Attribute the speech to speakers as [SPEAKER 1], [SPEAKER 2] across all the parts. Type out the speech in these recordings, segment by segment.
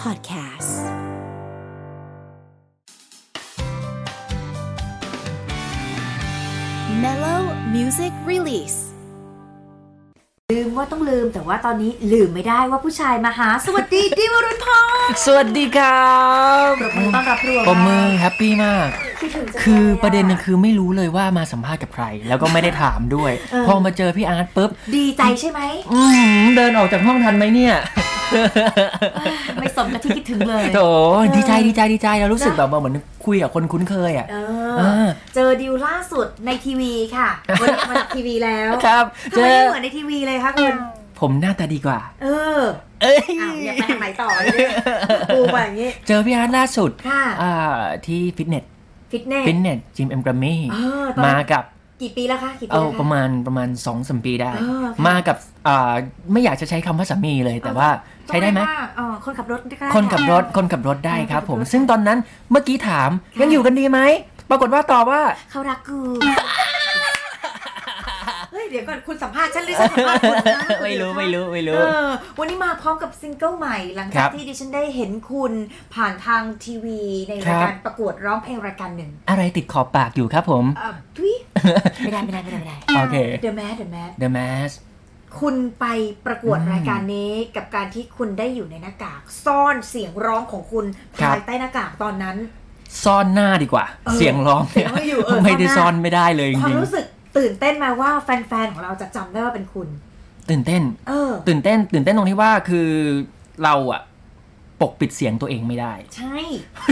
[SPEAKER 1] Podcast Mellow Music Release
[SPEAKER 2] ลืมว่าต้องลืมแต่ว่าตอนนี้ลืมไม่ได้ว่าผู้ชายมาหา สวัสดี ดิวรุณพงศ์
[SPEAKER 3] สวัสดีครับ
[SPEAKER 2] ปรบมือต้อนรับรวม
[SPEAKER 3] ปมมือแฮปปี้มาก
[SPEAKER 2] คิดถึงจังลย
[SPEAKER 3] คือประเด็นเนี่ยคือไม่รู้เลยว่ามาสัมภาษณ์กับใคร แล้วก็ไม่ได้ถามด้วย พอมาเจอพี่อาร์ตปุ๊บ
[SPEAKER 2] ดีใจใช่ไหม
[SPEAKER 3] อื้อหือเดินออกจากห้องทันไหมเนี่ย
[SPEAKER 2] ไม่สมกับที่คิดถึงเลย
[SPEAKER 3] โถดีใจดีใจดีใจเรารู้สึกแบบว่าเหมือนคุยกับคนคุ้นเคยอ่ะ
[SPEAKER 2] เอ
[SPEAKER 3] เอ
[SPEAKER 2] อ
[SPEAKER 3] อ
[SPEAKER 2] เจอดิวล่าสุดในทีวีค่ะ วันนี้มาทีวีแล้ว
[SPEAKER 3] ครับ
[SPEAKER 2] ทำ
[SPEAKER 3] เจ
[SPEAKER 2] ไม
[SPEAKER 3] อ
[SPEAKER 2] ไม่เหมือนในทีวีเลยคะคุณ
[SPEAKER 3] ผมหน้าตาดีกว่า
[SPEAKER 2] เออ
[SPEAKER 3] เอ้ย
[SPEAKER 2] อ้าวอยากไปทางไหนต่อเนี่ยปูไปอย่างนี้
[SPEAKER 3] เจอพี่อาร์ตล่าสุด
[SPEAKER 2] ค่ะ
[SPEAKER 3] อ่าที่ฟิตเนส
[SPEAKER 2] ฟิตเนส
[SPEAKER 3] ฟิตเนสจิมเอ็มกรามี่
[SPEAKER 2] เออตอนนั้น
[SPEAKER 3] มากับ
[SPEAKER 2] กี่ปีแล้วคะ กี่ปี
[SPEAKER 3] เออ
[SPEAKER 2] แล้ว
[SPEAKER 3] ประ
[SPEAKER 2] คะ
[SPEAKER 3] มาณประมาณสองสมปีได้
[SPEAKER 2] เออค่ะ
[SPEAKER 3] มากับอ่าไม่อยากจะใช้คำว่าสามีเลย แต่ว่าใช้ได้ไหม
[SPEAKER 2] ต้องเรียกว่าเออคนขับรถก็ได้
[SPEAKER 3] คนขับรถคนขับรถได้
[SPEAKER 2] คนขับ
[SPEAKER 3] ครับ ผม
[SPEAKER 2] รถ
[SPEAKER 3] ซึ่งตอนนั้นเมื่อกี้ถาม
[SPEAKER 2] ค่ะ
[SPEAKER 3] ยังอยู่กันดีไหม ปรากฏว่าตอบว่า
[SPEAKER 2] เขารักกู เฮ้ย เดี๋ยวก่อนคุณสัมภาษณ์ฉันหรือฉันสัมภาษณ์คุณนะ
[SPEAKER 3] ไม่รู้ไม่รู้ไม่รู้
[SPEAKER 2] เออวันนี้มาพร้อมกับซิงเกิลใหม่ หลัง
[SPEAKER 3] ค
[SPEAKER 2] จา
[SPEAKER 3] รั
[SPEAKER 2] ก
[SPEAKER 3] บ
[SPEAKER 2] ที่ดิฉันได้เห็นคุณผ่านทางทีวีใน
[SPEAKER 3] ครั
[SPEAKER 2] ราย
[SPEAKER 3] บ
[SPEAKER 2] การประกวดร้องเพลงรายการหนึ่ง
[SPEAKER 3] อะไรติดขอบปากอยู่ครับผม
[SPEAKER 2] เอ่อทุยไม่ได้ไม่ได้ไม่ได้ไม่ได้
[SPEAKER 3] โอเค
[SPEAKER 2] The Mad The Mad
[SPEAKER 3] The Mask
[SPEAKER 2] คุณไปประกวด
[SPEAKER 3] อืม
[SPEAKER 2] รายการนี้กับการที่คุณได้อยู่ในหน้ากาก ซ่อนเสียงร้องของคุณ
[SPEAKER 3] ครับ
[SPEAKER 2] ภายใต้หน้ากากตอนนั้น
[SPEAKER 3] ซ่อนหน้าดีกว่า
[SPEAKER 2] เออ
[SPEAKER 3] เสียงร้องเนี่ย
[SPEAKER 2] เสียงไม่อยู่เออ
[SPEAKER 3] ไม่ได้
[SPEAKER 2] ซ่
[SPEAKER 3] ซ่
[SPEAKER 2] อ
[SPEAKER 3] อน
[SPEAKER 2] ห
[SPEAKER 3] น
[SPEAKER 2] น้า
[SPEAKER 3] ไม่ได้เลยจ
[SPEAKER 2] ความ
[SPEAKER 3] ริง
[SPEAKER 2] รู้สึกตื่นเต้นไหมาว่าแฟนๆของเราจะจำได้ว่าเป็นคุณ
[SPEAKER 3] ๆตื่นเต้น
[SPEAKER 2] เออ
[SPEAKER 3] ตื่นเต้น ตื่นเต้นตรงที่ว่าคือเราอะปกปิดเสียงตัวเองไม่ได้
[SPEAKER 2] ใช่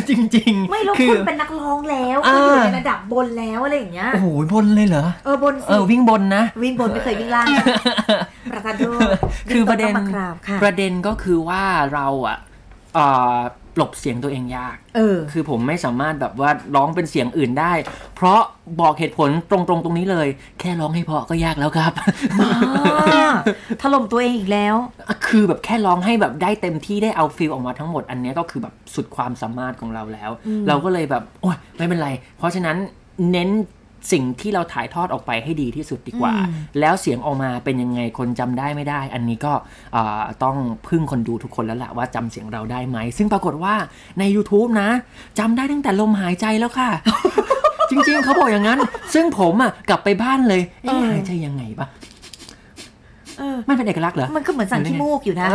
[SPEAKER 3] จริงๆ
[SPEAKER 2] ไม่แล้ว
[SPEAKER 3] คือ
[SPEAKER 2] คุณเป็นนักร้องแล้วคุณอยู่
[SPEAKER 3] อ่า
[SPEAKER 2] ในระดับบนแล้วอะไรอย่างเงี้ย
[SPEAKER 3] โอ้โหบนเลยเหรอ
[SPEAKER 2] เออบน
[SPEAKER 3] เอ
[SPEAKER 2] สิ
[SPEAKER 3] อวิ่งบนนะ
[SPEAKER 2] วิ่งบนไม่เคยวิ่ง ล่าง ประธานโทษ
[SPEAKER 3] คือประเด็น
[SPEAKER 2] วิ่งต้งมากราบค่ะ
[SPEAKER 3] ประเด็นก็คือว่าเราอะเอ่อหลบเสียงตัวเองยาก
[SPEAKER 2] เอ อ
[SPEAKER 3] คือผมไม่สามารถแบบว่าร้องเป็นเสียงอื่นได้ เพราะบอกเหตุผลตรงๆตรงนี้เลย แค่ร้องให้เพอก็ยากแล้วครับ
[SPEAKER 2] ถล่มตัวเองอีกแล้ว
[SPEAKER 3] คือแบบแค่ร้องให้แบบได้เต็มที่ได้เอาฟิลออกมาทั้งหมดอันเนี้ยก็คือแบบสุดความสามารถของเราแล้ว
[SPEAKER 2] อืม
[SPEAKER 3] เราก็เลยแบบโอ้ยไม่เป็นไร เพราะฉะนั้นเน้นสิ่งที่เราถ่ายทอดออกไปให้ดีที่สุดดีกว่า แล้วเสียงออกมาเป็นยังไงคนจำได้ไม่ได้ อันนี้ก็เอ่อต้องพึ่งคนดูทุกคนแล้วล่ะว่าจำเสียงเราได้ไหม ซึ่งปรากฏว่าใน YouTube นะจำได้ตั้งแต่ลมหายใจแล้วค่ะ จริงๆ เขาบอกอย่างนั้น ซึ่งผมอ่ะกลับไปบ้านเลยเอ๊ะหายใจยังไงปะ
[SPEAKER 2] เออ
[SPEAKER 3] มันเป็นเอกลักษณ์เหรอ
[SPEAKER 2] มันก็เหมือนสั่งขี้มูกอยู่นะ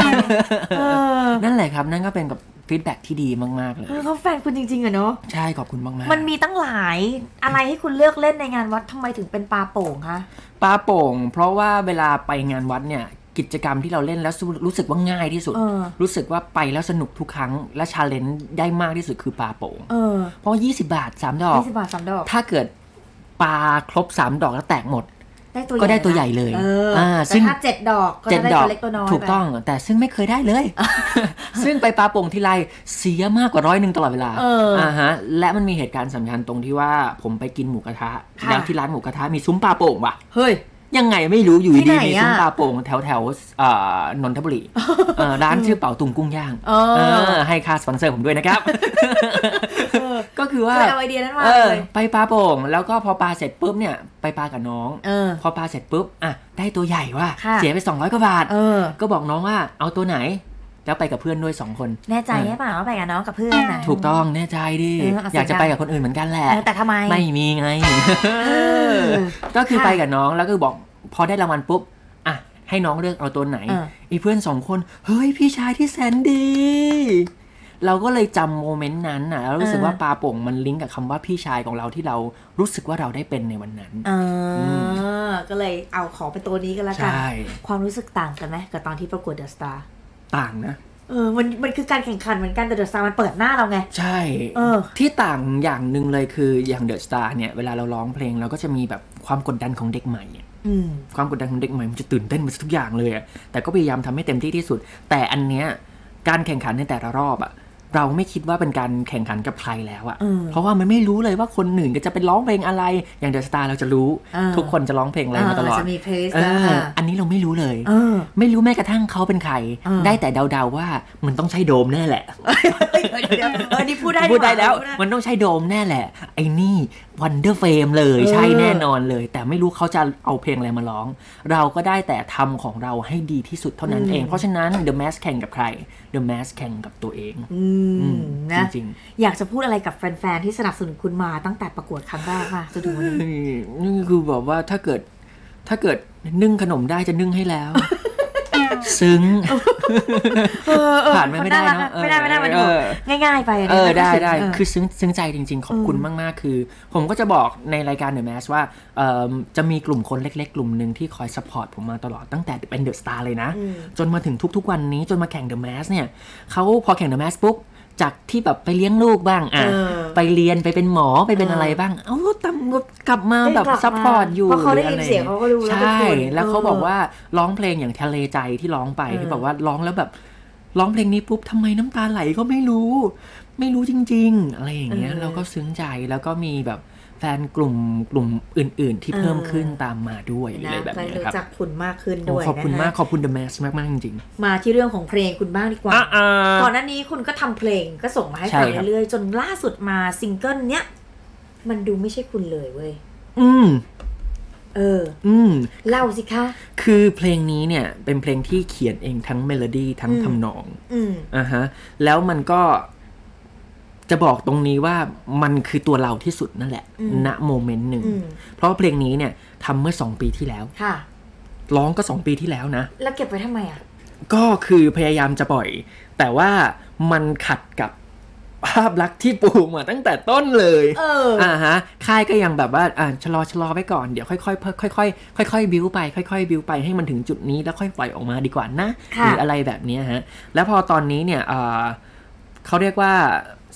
[SPEAKER 2] เออ
[SPEAKER 3] นั่นแหละครับ นั่นก็เป็นกับฟีดแบ็กที่ดีมากๆเลย
[SPEAKER 2] เออเขาแฟนคุณจริงๆอะเนาะ
[SPEAKER 3] ใช่ขอบคุณมากๆ
[SPEAKER 2] มันมีตั้งหลายอะไรให้คุณเลือกเล่นในงานวัดทำไมถึงเป็นปลาโป่งคะ
[SPEAKER 3] ปลาโป่ง เพราะว่าเวลาไปงานวัดเนี่ย กิจกรรมที่เราเล่นแล้วรู้สึกว่าง่ายที่สุด
[SPEAKER 2] เออ
[SPEAKER 3] รู้สึกว่าไปแล้วสนุกทุกครั้ง และชาเลนจ์ได้มากที่สุดคือปลาโป่ง
[SPEAKER 2] เออ
[SPEAKER 3] เพราะ 20 บาท 3 ดอก
[SPEAKER 2] ยี่สิบบาทสามดอก
[SPEAKER 3] ถ้าเกิดปลาครบ 3 ดอกแล้วแตกหมด
[SPEAKER 2] ได้ตัว
[SPEAKER 3] ก็ได้ตัวใหญ่เลย
[SPEAKER 2] เออ
[SPEAKER 3] อ่าซึ่
[SPEAKER 2] แต่
[SPEAKER 3] ง
[SPEAKER 2] ถ้าเจ็ดดอกก็
[SPEAKER 3] เจ็ด
[SPEAKER 2] จะได้
[SPEAKER 3] ดอ
[SPEAKER 2] ตั
[SPEAKER 3] ก
[SPEAKER 2] วเล็กตัวน้อย
[SPEAKER 3] ถูกต้องแต่ซึ่งไม่เคยได้เลย ซึ่งไปปลาโป่งทีไรเสียมากกว่าร้อยหนึ่งตลอดเวลา
[SPEAKER 2] เอออ
[SPEAKER 3] ฮะและมันมีเหตุการณ์สำคัญตรงที่ว่าผมไปกินหมูกระทะ
[SPEAKER 2] ค่ะ
[SPEAKER 3] แล้วที่ร้านหมูกระทะมีซุ้มปลาโป่งว่ะ
[SPEAKER 2] เฮ้ย
[SPEAKER 3] ยังไงไม่รู้อยู่
[SPEAKER 2] ที่
[SPEAKER 3] ดี
[SPEAKER 2] ไหนอะ
[SPEAKER 3] มีซุ้มปลาโป่งแถวแถวๆเอ่อนนทบุ รีเอ่อร้านชื่อเป่าตุงกุ้งย่าง
[SPEAKER 2] เออ
[SPEAKER 3] เออให้ค่าสปอนเซอร์ผมด้วยนะครับ ก็คือว่า
[SPEAKER 2] คือเอาไอเดียนั้นมา
[SPEAKER 3] เออ
[SPEAKER 2] เลย
[SPEAKER 3] ไปปลาโป่งแล้วก็พอปลาเสร็จปุ๊บเนี่ยไปปลากับน้อง
[SPEAKER 2] เออ
[SPEAKER 3] พอปลาเสร็จปุ๊บอ่ะได้ตัวใหญ่ว่ะ
[SPEAKER 2] ค่ะ
[SPEAKER 3] เสียไป 200กว่าบาท
[SPEAKER 2] เออ
[SPEAKER 3] ก็บอกน้องว่าเอาตัวไหน แล้วไปกับเพื่อนด้วยสองคน
[SPEAKER 2] แน่ใจ
[SPEAKER 3] เออ
[SPEAKER 2] ใช่ป่ะว่าไปกับน้องกับเพื่อนนะ
[SPEAKER 3] ถูกต้องแน่ใจดิ
[SPEAKER 2] เออเอาเสียง
[SPEAKER 3] อยากจะไปกับคนอื่นเหมือนกันแหละ
[SPEAKER 2] เออแต่ทำไม
[SPEAKER 3] ไม่มีไง
[SPEAKER 2] อ
[SPEAKER 3] ก็คือ
[SPEAKER 2] ค่ะ
[SPEAKER 3] ไปกับน้องแล้วก็บอกพอได้รางวัลปุ๊บอ่ะให้น้องเลือกเอาตัวไหน
[SPEAKER 2] เออ
[SPEAKER 3] ไอ้เพื่อนสองคน เฮ้ยพี่ชายที่แสนดี เราก็เลยจำโมเมนต์นั้นน่ะแล้วรู้สึกว่าปลาโป่งมันลิงก์กับคำว่าพี่ชายของเราที่เรารู้สึกว่าเราได้เป็นในวันนั้น
[SPEAKER 2] เอออก็เลยเอาของเป็นตัวนี้กันละกัน
[SPEAKER 3] ใช่
[SPEAKER 2] ความรู้สึกต่างกันไหมกับตอนที่ประกวดเดอะสตาร์
[SPEAKER 3] ต่างนะ
[SPEAKER 2] เออมันมันคือการแข่งขันเหมือนกันแต่เดอะสตาร์มันเปิดหน้าเราไง
[SPEAKER 3] ใช่
[SPEAKER 2] เออ
[SPEAKER 3] ที่ต่างอย่างหนึ่งเลยคืออย่างเดอะสตาร์เนี่ยเวลาเราร้องเพลงเราก็จะมีแบบความกดดันของเด็กใหม่อะ
[SPEAKER 2] อืม
[SPEAKER 3] ความกดดันของเด็กใหม่มันจะตื่นเต้นมันทุกอย่างเลยอะแต่ก็พยายามทำให้เต็มที่ที่สุด แต่อันเนี้ยการแข่งขันในแต่ละรอบอะเราไม่คิดว่าเป็นการแข่งขันกับใครแล้วอะ
[SPEAKER 2] เออ
[SPEAKER 3] เพราะว่ามันไม่รู้เลยว่าคนหนึ่งจะเป็นร้องเพลงอะไร อย่างเดอะสตาร์เราจะรู้
[SPEAKER 2] เออ
[SPEAKER 3] ทุกคนจะร้องเพลงอะไรมาตลอด
[SPEAKER 2] จะมีเพลส
[SPEAKER 3] เอ
[SPEAKER 2] นะ
[SPEAKER 3] ออันนี้เราไม่รู้เลย
[SPEAKER 2] เออ
[SPEAKER 3] ไม่รู้แม้กระทั่งเขาเป็นใคร
[SPEAKER 2] เออ
[SPEAKER 3] ได้แต่เดาๆว่ามันต้องใช่โดมแน่แหละ
[SPEAKER 2] เดี๋ยวเดี๋ยวเดี๋ยวอันนี้พูดได้
[SPEAKER 3] พูดได้แล้ว
[SPEAKER 2] หว่า
[SPEAKER 3] มันต้องใช้โดมแน่แหละ ไอ้นี่ วันเดอร์เฟมเลย
[SPEAKER 2] เออ
[SPEAKER 3] ใช่แน่นอนเลย แต่ไม่รู้เขาจะเอาเพลงอะไรมาร้อง เราก็ได้แต่ทำของเราให้ดีที่สุดเท่านั้นเอง เพราะฉะนั้น The Mask แข่งกับใคร The Mask แข่งกับตัวเอง
[SPEAKER 2] อื
[SPEAKER 3] อื
[SPEAKER 2] ม
[SPEAKER 3] ม
[SPEAKER 2] นะ
[SPEAKER 3] จริงๆ
[SPEAKER 2] อยากจะพูดอะไรกับแฟน ๆ ที่สนับสนุนคุณมาตั้งแต่ประกวดครั้งแรกมาจนถึงวันนี้
[SPEAKER 3] นี่นี่คือแบบว่าถ้าเกิดถ้าเกิดนึ่งขนมได้จะนึ่งให้แล้ว ซึ้ง
[SPEAKER 2] เออเออ
[SPEAKER 3] ผ่านไปไม่ได้
[SPEAKER 2] ค
[SPEAKER 3] เนอะ
[SPEAKER 2] ไม่ได้ไม่ได้มัน
[SPEAKER 3] เออ
[SPEAKER 2] ง่ายๆไปน
[SPEAKER 3] เอ
[SPEAKER 2] นี้
[SPEAKER 3] อ
[SPEAKER 2] มัน
[SPEAKER 3] ได้ได้
[SPEAKER 2] เ
[SPEAKER 3] คือซึ้งซึ้งใจจริง ๆ ขอบคุณมาก ๆ คือ ผมก็จะบอกในรายการ The Mask ว่าเอิ่มจะมีกลุ่มคนเล็ก ๆ กลุ่มหนึ่งที่คอยสปอร์ตผมมาตลอดตั้งแต่เป็นเดอะสตาร์เลยนะ จนมาถึงทุก ๆ วันนี้จนมาแข่ง The Mask เนี่ยเขาพอแข่ง The Mask ปุ๊บจากที่แบบไปเลี้ยงลูกบ้างอ่ะ
[SPEAKER 2] เออ
[SPEAKER 3] ไปเรียนไปเป็นหมอไปเป็นอะไรบ้าง เอ้าตำกลับมาแบบ
[SPEAKER 2] ได้กลัมา
[SPEAKER 3] ซัพพอร์ตอยู่
[SPEAKER 2] เพราะเขาได้ยิ
[SPEAKER 3] ห
[SPEAKER 2] น
[SPEAKER 3] รืออะไร
[SPEAKER 2] เสียงเขาก็รู้แล้ว
[SPEAKER 3] ใช่
[SPEAKER 2] เป็นคน
[SPEAKER 3] แล้วเขา
[SPEAKER 2] ออ
[SPEAKER 3] บอกว่าร้องเพลงอย่างทะเลใจที่ร้องไป
[SPEAKER 2] เออ
[SPEAKER 3] ที่แบบว่าร้องแล้วแบบร้องเพลงนี้ปุ๊บทำไมน้ำตาไหลก็ไม่รู้ ไม่รู้จริง ๆ อะไรอย่างเงี้ย
[SPEAKER 2] เออ
[SPEAKER 3] เราก็ซึ้งใจแล้วก็มีแบบแฟนกลุ่มกลุ่มอื่น ๆ ที่เพิ่ม
[SPEAKER 2] เออ
[SPEAKER 3] ขึ้นตามมาด้วยอะไรแบบ
[SPEAKER 2] ได้
[SPEAKER 3] เนี้ย
[SPEAKER 2] รู้
[SPEAKER 3] ครับ
[SPEAKER 2] จักคุณมากขึ้น
[SPEAKER 3] โอ้
[SPEAKER 2] ด้วย
[SPEAKER 3] ขอบคุณ
[SPEAKER 2] นะะ
[SPEAKER 3] มากขอบคุณ The Mask มาก ๆ จริง
[SPEAKER 2] มาที่เรื่องของเพลงคุณบ้างดีก
[SPEAKER 3] ๆ
[SPEAKER 2] ว่า
[SPEAKER 3] อ่ะอ่ะ
[SPEAKER 2] ก่อนหน้านี้คุณก็ทำเพลงก็ส่งมาให้
[SPEAKER 3] ใช่
[SPEAKER 2] ฟัง
[SPEAKER 3] ครับ
[SPEAKER 2] เรื่อยๆ จนล่าสุดมาซิงเกิลเนี้ยมันดูไม่ใช่คุณเลยเว้ย
[SPEAKER 3] อืม
[SPEAKER 2] เออ
[SPEAKER 3] อืม
[SPEAKER 2] เล่าสิคะ
[SPEAKER 3] คือเพลงนี้เนี่ยเป็นเพลงที่เขียนเองทั้งเมโลดี้ทั้ง
[SPEAKER 2] อืม
[SPEAKER 3] ทำนอง
[SPEAKER 2] อืม
[SPEAKER 3] อ่าฮะแล้วมันก็จะบอกตรงนี้ว่ามันคือตัวเราที่สุดนั่นแหละ
[SPEAKER 2] อืม
[SPEAKER 3] ณโมเมนต์หนึ่ง
[SPEAKER 2] อืม
[SPEAKER 3] เพราะว่าเพลงนี้เนี่ยทำเมื่อ 2 ปีที่แล้ว
[SPEAKER 2] ค่ะ
[SPEAKER 3] ร้องก็ 2 ปีที่แล้วนะ
[SPEAKER 2] แล้วเก็บไว้ทำไมอ่ะ
[SPEAKER 3] ก็คือพยายามจะปล่อย แต่ว่ามันขัดกับภาพลักษณ์ที่ปูมาตั้งแต่ต้นเลย
[SPEAKER 2] เออ
[SPEAKER 3] อ่าฮะค่ายก็ยังแบบว่าอ่าชะลอชะลอไว้ก่อนเดี๋ยวค่อยๆเพิ่มค่อยๆค่อยๆบิวไปค่อยๆบิวไปให้มันถึงจุดนี้แล้วค่อยปล่อยออกมาดีกว่านะ
[SPEAKER 2] ค่ะ
[SPEAKER 3] หรืออะไรแบบเนี้ยฮะแล้วพอตอนนี้เนี่ยอ่าเขาเรียกว่า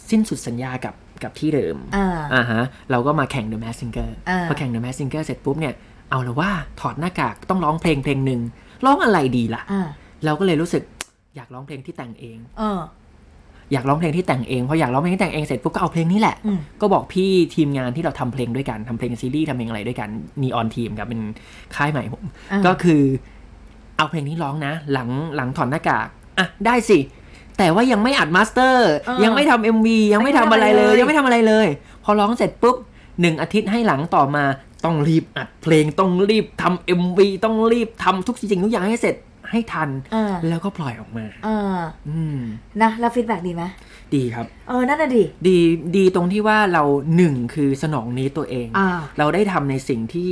[SPEAKER 3] สิ้นสุดสัญญากับกับที่เดิม
[SPEAKER 2] อ่า
[SPEAKER 3] อ่าฮะเราก็มาแข่ง The Mask Singer
[SPEAKER 2] อ่า
[SPEAKER 3] พอแข่ง The Mask Singer เสร็จปุ๊บเนี่ยเอาละว่าถอดหน้ากากต้องร้องเพลงเพลงหนึ่งร้องอะไรดีล่ะ
[SPEAKER 2] อ่า
[SPEAKER 3] เราก็เลยรู้สึกอยากร้องเพลงที่แต่งเอง
[SPEAKER 2] เออ
[SPEAKER 3] อยากร้องเพลงที่แต่งเองพออยากร้องเพลงที่แต่งเองเสร็จปุ๊บก็เอาเพลงนี้แหละ
[SPEAKER 2] อืม
[SPEAKER 3] ก็บอกพี่ทีมงานที่เราทำเพลงด้วยกันทำเพลงซีรีส์ทำเพลงอะไรด้วยกันนีออนทีมครับเป็นค่ายใหม่ผม
[SPEAKER 2] อ่า
[SPEAKER 3] ก็คือเอาเพลงนี้ร้องนะ หลังหลังถอดหน้ากากอ่ะได้สิ แต่ว่ายังไม่อัดมาสเตอร์
[SPEAKER 2] เออ
[SPEAKER 3] ยังไม่ทำเอ็มวียังไม่ทำอะไรเลย
[SPEAKER 2] ยังไม่ทำอะไรเลย
[SPEAKER 3] ยังไม่ทำอะไรเลย พอร้องเสร็จปุ๊บหนึ่งอาทิตย์ให้หลังต่อมาต้องรีบอัดเพลงต้องรีบทำเอ็มวีต้องรีบทำทุกสิ่งทุกอย่างให้เสร็จให้ทัน
[SPEAKER 2] เออ
[SPEAKER 3] แล้วก็ปล่อยออกมา
[SPEAKER 2] เออ
[SPEAKER 3] อืม
[SPEAKER 2] นะแล้วฟีดแบ็ดีไหม
[SPEAKER 3] ดีครับ
[SPEAKER 2] เออ นั่นน่ะดิ
[SPEAKER 3] ดีดีตรงที่ว่าเราหนึ่งคือสนองนี้ตัวเอง
[SPEAKER 2] อ่า
[SPEAKER 3] เราได้ทำในสิ่งที่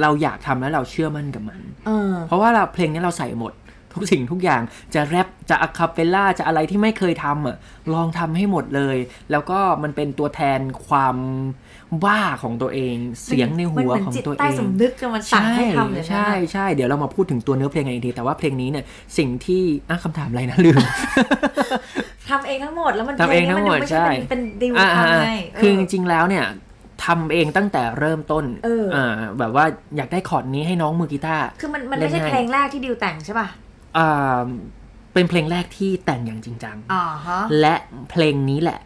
[SPEAKER 3] เราอยากทำและเราเชื่อมั่นกับมัน
[SPEAKER 2] เออ
[SPEAKER 3] เพราะว่าเราเพลงนี้เราใส่หมด ทุกสิ่งทุกอย่างจะแรปจะอะคาเปลล่าจะอะไรที่ไม่เคยทำอ่ะลองทำให้หมดเลย แล้วก็มันเป็นตัวแทนความบ้าของตัวเอง เสียงในหัวของตัว
[SPEAKER 2] มันเหมืนจิตใต้
[SPEAKER 3] เอง
[SPEAKER 2] สำนึกอะมันสั่งให้ทำเลยนะ
[SPEAKER 3] ใช่ใช่เดี๋ยวเรามาพูดถึงตัวเนื้อเพลงกันอีกทีแต่ว่าเพลงนี้เนี่ยสิ่งที่อ่ะคำถามอะไรนะลืม
[SPEAKER 2] ทำเองทั้งหมดแล้วมัน
[SPEAKER 3] ทำเองทั้งหมด
[SPEAKER 2] พลนี้นไใช่
[SPEAKER 3] ใช่
[SPEAKER 2] เป็นเป็นดีล
[SPEAKER 3] อ่า
[SPEAKER 2] ทำไง
[SPEAKER 3] อ่าคือจ
[SPEAKER 2] เ
[SPEAKER 3] ริงๆแล้วเนี่ยทำเองตั้งแต่เริ่มต้น
[SPEAKER 2] เออ
[SPEAKER 3] แบบว่าอยากได้คอร์ดนี้ให้น้องมือกีตาร์
[SPEAKER 2] คือมันมันไม่ใช่
[SPEAKER 3] เล่นง่าย
[SPEAKER 2] เพลงแรกที่ดิวแต่งใช่ป่ะ
[SPEAKER 3] อ่าเป็นเพลงแรกที่แต่งอย่างจริงจัง
[SPEAKER 2] อ๋อฮะ
[SPEAKER 3] และเพลงนี้แหละ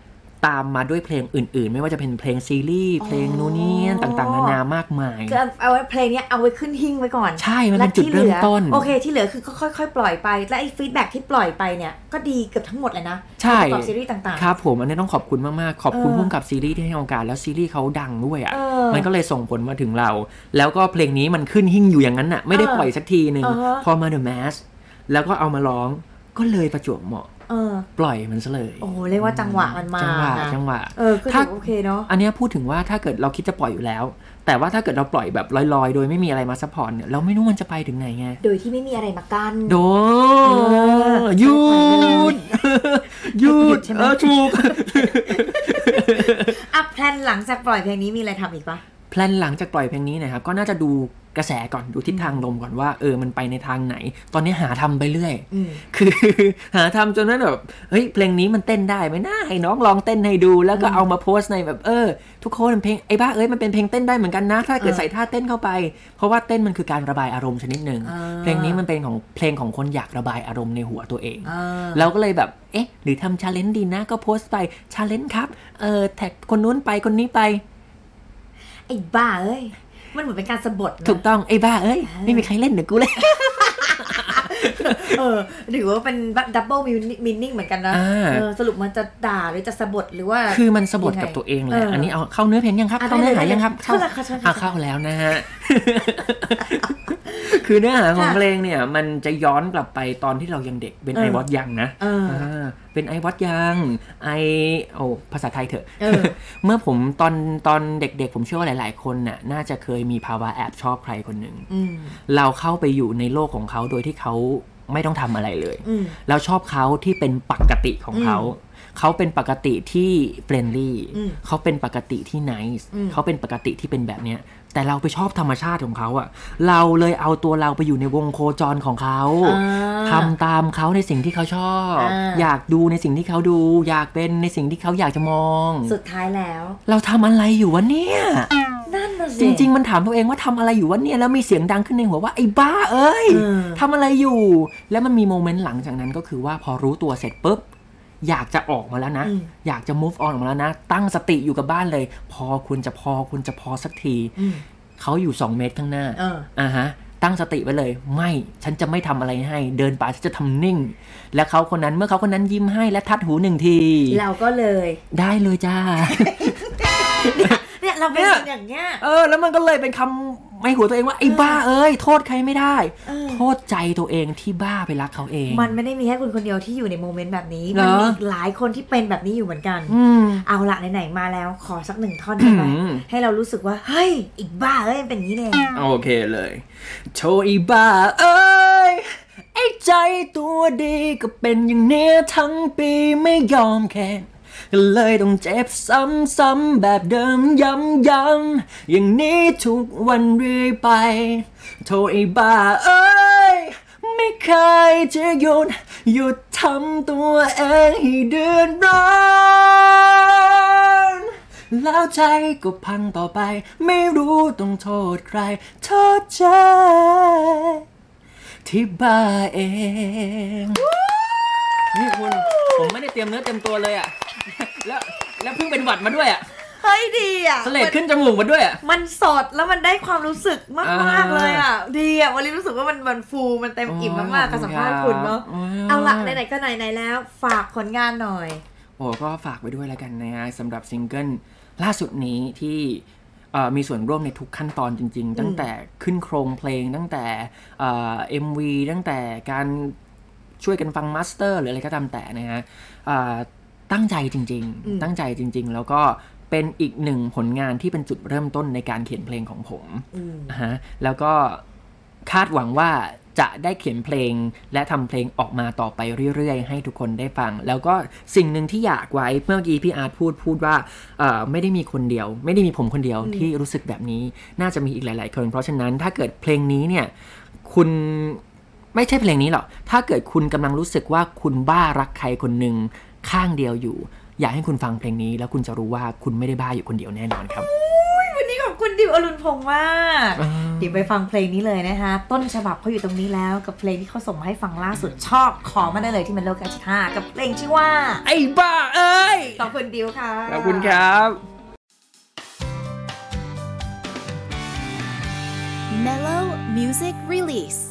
[SPEAKER 3] ตามมาด้วยเพลงอื่น ๆ ไม่ว่าจะเป็นเพลงซีรีส์เพลงนู้นนี่นั่นต่างๆนานามากมาย
[SPEAKER 2] คือเอาไว้เพลงเนี้ยเอาไว้ขึ้นหิ้งไว้ก่อน
[SPEAKER 3] ใช่มัน
[SPEAKER 2] และ
[SPEAKER 3] เป็นจุด
[SPEAKER 2] ที่ห
[SPEAKER 3] เริ่
[SPEAKER 2] ลื
[SPEAKER 3] ม
[SPEAKER 2] อ
[SPEAKER 3] ต้น
[SPEAKER 2] โอเคที่เหลือคือก็ค่อยๆ ปล่อยไป และไอ้ฟีดแบ็ที่ปล่อยไปเนี่ยก็ดีเกือบทั้งหมดเลยนะ
[SPEAKER 3] ใช่
[SPEAKER 2] ประกอบซีรีส์ต่าง
[SPEAKER 3] ครับผมอันนี้ต้องขอบคุณมากๆ ขอบคุณ
[SPEAKER 2] เออ
[SPEAKER 3] พุ่มกับซีรีส์ที่ให้โอกาสแล้วซีรีส์เขาดังด้วย
[SPEAKER 2] ๆ เอ
[SPEAKER 3] อ่ะ
[SPEAKER 2] อ
[SPEAKER 3] มันก็เลยส่งผลมาถึงเรา แล้วก็เพลงนี้มันขึ้นหิ้งอยู่อย่างนั้นน่ะ ไม่ได้
[SPEAKER 2] เออ
[SPEAKER 3] ปล่อยสักทีหนึ่ง
[SPEAKER 2] อ่าฮะ
[SPEAKER 3] พอมา The Mask แล้วก็เอามาร้องก็เลยประจวบเหมาะ
[SPEAKER 2] เออ
[SPEAKER 3] ปล่อยมันซะเลย
[SPEAKER 2] โอ้โหเรียกว่าจังหวะมันมา
[SPEAKER 3] จังหวะ
[SPEAKER 2] นะ
[SPEAKER 3] จังหวะ
[SPEAKER 2] เออก็
[SPEAKER 3] ถ้า
[SPEAKER 2] ถือโอเคเนาะ
[SPEAKER 3] อันเนี้ยพูดถึงว่าถ้าเกิดเราคิดจะปล่อยอยู่แล้ว แต่ว่าถ้าเกิดเราปล่อยแบบลอยๆ โดยไม่มีอะไรมาซัพพอร์ตเนี่ยเราไม่รู้มันจะไปถึงไหนไง
[SPEAKER 2] โดยที่ไม่มีอะไรมากั้น
[SPEAKER 3] โด
[SPEAKER 2] อ
[SPEAKER 3] หยุดห
[SPEAKER 2] ห
[SPEAKER 3] ยุ
[SPEAKER 2] ยุ
[SPEAKER 3] ด
[SPEAKER 2] ดใช่ไหม
[SPEAKER 3] เออถูก
[SPEAKER 2] อ่ะแพลนหลังจากปล่อยเพลงนี้มีอะไรทำอีกปะ
[SPEAKER 3] แพลนหลังจากปล่อยเพลงนี้นะครับ ก็น่าจะดูกระแสก่อนดูทิศทางลมก่อนว่าเออมันไปในทางไหน ตอนนี้หาทำไปเรื่อย
[SPEAKER 2] อืม
[SPEAKER 3] คือ หาทำจนนั้นแบบเฮ้ยเพลงนี้มันเต้นได้ไหมนะให้น้องลองเต้นให้ดู แล้วก็เอามาโพสต์ในแบบเออ ทุกคนเพลงไอ้บ้าเอ้ยมันเป็นเพลงเต้นได้เหมือนกันนะ ถ้าเกิด
[SPEAKER 2] เออ
[SPEAKER 3] ใส่ท่าเต้นเข้าไป เพราะว่าเต้นมันคือการระบายอารมณ์ชนิดหนึ่ง
[SPEAKER 2] อ่า
[SPEAKER 3] เพลงนี้มันเป็นของเพลงของคนอยากระบายอารมณ์ในหัวตัวเอง
[SPEAKER 2] เออ
[SPEAKER 3] เราก็เลยแบบ เอ๊ะ หรือทำชาเลนจ์ดีนะ ก็โพสต์ไปชาเลนจ์ครับ เออแท็กคนนู้นไปคนนี้ไป
[SPEAKER 2] ไอ้บ้าเอ้ย มันเหมือนเป็นการสะบดนะ
[SPEAKER 3] ถูกต้องไอ้บ้าเอ้ย ไม่มีใครเล่นเดี๋ยวกูเลย
[SPEAKER 2] เออหรือว่าเป็นดับเบิลมินนิ่งเหมือนกันนะ
[SPEAKER 3] อ่า
[SPEAKER 2] เออสรุปมันจะด่าหรือจะสะบดหรือว่า
[SPEAKER 3] คือมันสะบดกับตัวเองแหละ
[SPEAKER 2] เอออั
[SPEAKER 3] อันนี้เอาเข้าเนื้อเพลงยังครับ
[SPEAKER 2] อ่ะ
[SPEAKER 3] เข้าเนื้อหา
[SPEAKER 2] ได้เลย
[SPEAKER 3] ยังครับ
[SPEAKER 2] เข้าแล้วค่ะเข้าแล้วค่ะ
[SPEAKER 3] อ่ะเข้าแล้วนะฮะ คือเนื้อหาของ
[SPEAKER 2] ค่ะ
[SPEAKER 3] เพลงเนี่ย มันจะย้อนกลับไปตอนที่เรายังเด็กเป็น
[SPEAKER 2] เอ
[SPEAKER 3] ไอ
[SPEAKER 2] อ
[SPEAKER 3] วอตยังนะ
[SPEAKER 2] เออ
[SPEAKER 3] าเป็นไอวอตยังไอโอ้ภาษาไทยเถอะ
[SPEAKER 2] เออ
[SPEAKER 3] เมื่อผมตอนตอนเด็กๆ ผมเชื่อว่าหลาย ๆ คนน่ะน่าจะเคยมีภาวะแอบชอบใครคนหนึ่ง
[SPEAKER 2] อืม
[SPEAKER 3] เราเข้าไปอยู่ในโลกของเขาโดยที่เขาไม่ต้องทำอะไรเลย
[SPEAKER 2] อืม
[SPEAKER 3] เราชอบเขาที่เป็นปกติของเขา เขาเป็นปกติที่เฟรนลี่
[SPEAKER 2] อืม
[SPEAKER 3] เขาเป็นปกติที่ n น c e
[SPEAKER 2] อืม
[SPEAKER 3] เขาเป็นปกติที่เป็นแบบเนี้ย แต่เราไปชอบธรรมชาติของเขาอะเราเลยเอาตัวเราไปอยู่ในวงโคจรของเขา
[SPEAKER 2] อ่า
[SPEAKER 3] ทำตามเขาในสิ่งที่เขาชอบ
[SPEAKER 2] อ่า
[SPEAKER 3] อยากดูในสิ่งที่เขาดู อยากเป็นในสิ่งที่เขาอยากจะมอง
[SPEAKER 2] สุดท้ายแล้ว
[SPEAKER 3] เราทำอะไรอยู่วะเนี่ย
[SPEAKER 2] นั่นน่ะ
[SPEAKER 3] จ
[SPEAKER 2] สิ
[SPEAKER 3] ริง ๆ มันถามตัวเองว่าทำอะไรอยู่วะเนี่ยแล้วมีเสียงดังขึ้นในหัวว่าไอ้บ้าเอ้ย
[SPEAKER 2] เออ
[SPEAKER 3] ทำอะไรอยู่ แล้วมันมีโมเมนต์หลังจากนั้นก็คือว่าพอรู้ตัวเสร็จปุ๊บ อยากจะออกมาแล้วนะ
[SPEAKER 2] อืม
[SPEAKER 3] อยากจะ move on ออกมาแล้วนะ ตั้งสติอยู่กับบ้านเลย พอคุณจะพอคุณจะพอสักที
[SPEAKER 2] อืม
[SPEAKER 3] เขาอยู่ 2 เมตรข้างหน้า
[SPEAKER 2] เออ
[SPEAKER 3] อ่าฮะตั้งสติไว้เลย ไม่ฉันจะไม่ทำอะไรให้ เดินไปฉันจะทำนิ่ง และเขาคนนั้นเมื่อเขาคนนั้นยิ้มให้และทัดหูหนึ่งที
[SPEAKER 2] เราก็เลย
[SPEAKER 3] ได้เลย จ้า
[SPEAKER 2] เนี่ยเราเป็น
[SPEAKER 3] เนี่ย
[SPEAKER 2] อย่างเงี้ย
[SPEAKER 3] เออ แล้วมันก็เลยเป็นคำไม่หัวตัวเองว่าไอ้บ้าเอ้ยโทษใครไม่ได้
[SPEAKER 2] เออ
[SPEAKER 3] โทษใจตัวเองที่บ้าไปรักเขาเอง
[SPEAKER 2] มันไม่ได้มีแค่คุณคนเดียวที่อยู่ในโมเมนต์แบบนี้
[SPEAKER 3] เหร
[SPEAKER 2] มั
[SPEAKER 3] อ
[SPEAKER 2] มีอีกหลายคนที่เป็นแบบนี้อยู่เหมือนกัน
[SPEAKER 3] อืม
[SPEAKER 2] เอาละไหนๆมาแล้วขอสักหนึ่งท่อนได้ไหม
[SPEAKER 3] อืม
[SPEAKER 2] ให้เรารู้สึกว่า เฮ้ย อีกบ้าเอ้ยมันเป็นอย่างนี้เอง
[SPEAKER 3] โอเคเลยโชว์อีบ้าเอ้ยไอ้ใจตัวดีก็เป็นอย่างเนี้ยทั้งปีไม่ยอมแค่ก็เลยต้องเจ็บซ้ำๆแบบเดิมย้ำๆอย่างนี้ทุกวันเรื่อยไปโทษไอ้บ้าเอ้ย ไม่เคยจะหยุด หยุดทำตัวเองให้เดือดร้อน แล้วใจก็พังต่อไป ไม่รู้ต้องโทษใคร โทษใจที่บ้าเอง นี่คุณ ผมไม่ได้เตรียมเนื้อเตรียมตัวเลยอะ แล้วแล้วเพิ่งเป็นหวัดมาด้วยอะ
[SPEAKER 2] เฮ้ยดีอ่ะ
[SPEAKER 3] สะเลดขึ้นจมูกมาด้วยอะ
[SPEAKER 2] มันสดแล้วมันได้ความรู้สึกมาก
[SPEAKER 3] อ่าม
[SPEAKER 2] ากเลยอ่ะ ดีอ่ะวันนี้รู้สึกว่ามันมันฟูมันเต็มอิ่มมากๆกับสัมภาษณ์คุณเนาะ
[SPEAKER 3] อืม
[SPEAKER 2] เอาละไหนๆก็ไหนๆแล้ว ฝากผลงานหน่อย
[SPEAKER 3] โอ้ก็ฝากไว้ด้วยแล้วกันนะฮะสำหรับซิงเกิลล่าสุดนี้ที่เอ่อมีส่วนร่วมในทุกขั้นตอนจริง ๆ ตั้งแต่ขึ้นโครงเพลงตั้งแต่เอ็มวีตั้งแต่การช่วยกันฟังมาสเตอร์หรืออะไรก็ตามแต่นะฮะเอ่อตั้งใจจริง
[SPEAKER 2] อืม
[SPEAKER 3] ๆ ตั้งใจจริง ๆ แล้วก็เป็นอีกหนึ่งผลงานที่เป็นจุดเริ่มต้นในการเขียนเพลงของผม
[SPEAKER 2] อืม
[SPEAKER 3] อ่าฮะแล้วก็คาดหวังว่าจะได้เขียนเพลงและทำเพลงออกมาต่อไปเรื่อยๆ ให้ทุกคนได้ฟัง แล้วก็สิ่งหนึ่งที่อยากไว้เมื่อกี้พี่อาร์ตพูดพูดว่าเอ่อไม่ได้มีคนเดียว ไม่ได้มีผมคนเดียวที่รู้สึกแบบนี้ น่าจะมีอีกหลาย ๆ คน เพราะฉะนั้นถ้าเกิดเพลงนี้เนี่ยคุณไม่ใช่เพลงนี้หรอกถ้าเกิดคุณกำลังรู้สึกว่าคุณบ้ารักใครคนหนึ่งข้างเดียวอยู่ อยากให้คุณฟังเพลงนี้ แล้วคุณจะรู้ว่าคุณไม่ได้บ้าอยู่คนเดียวแน่นอนครับ
[SPEAKER 2] วันนี้ขอบคุณดิวอรุณพงษ์มาก
[SPEAKER 3] อ่า
[SPEAKER 2] ดิวไปฟังเพลงนี้เลยนะคะ ต้นฉบับเขาอยู่ตรงนี้แล้วกับเพลงที่เขาส่งมาให้ฟังล่าสุดชอบขอมาได้เลยที่มันโลกาชิตากับเพลงชื่อว่า
[SPEAKER 3] ไอ้บ้าเอ้ย
[SPEAKER 2] ขอบคุณดิวค่ะ
[SPEAKER 3] ขอบคุณครับ
[SPEAKER 1] Mellow Music Release.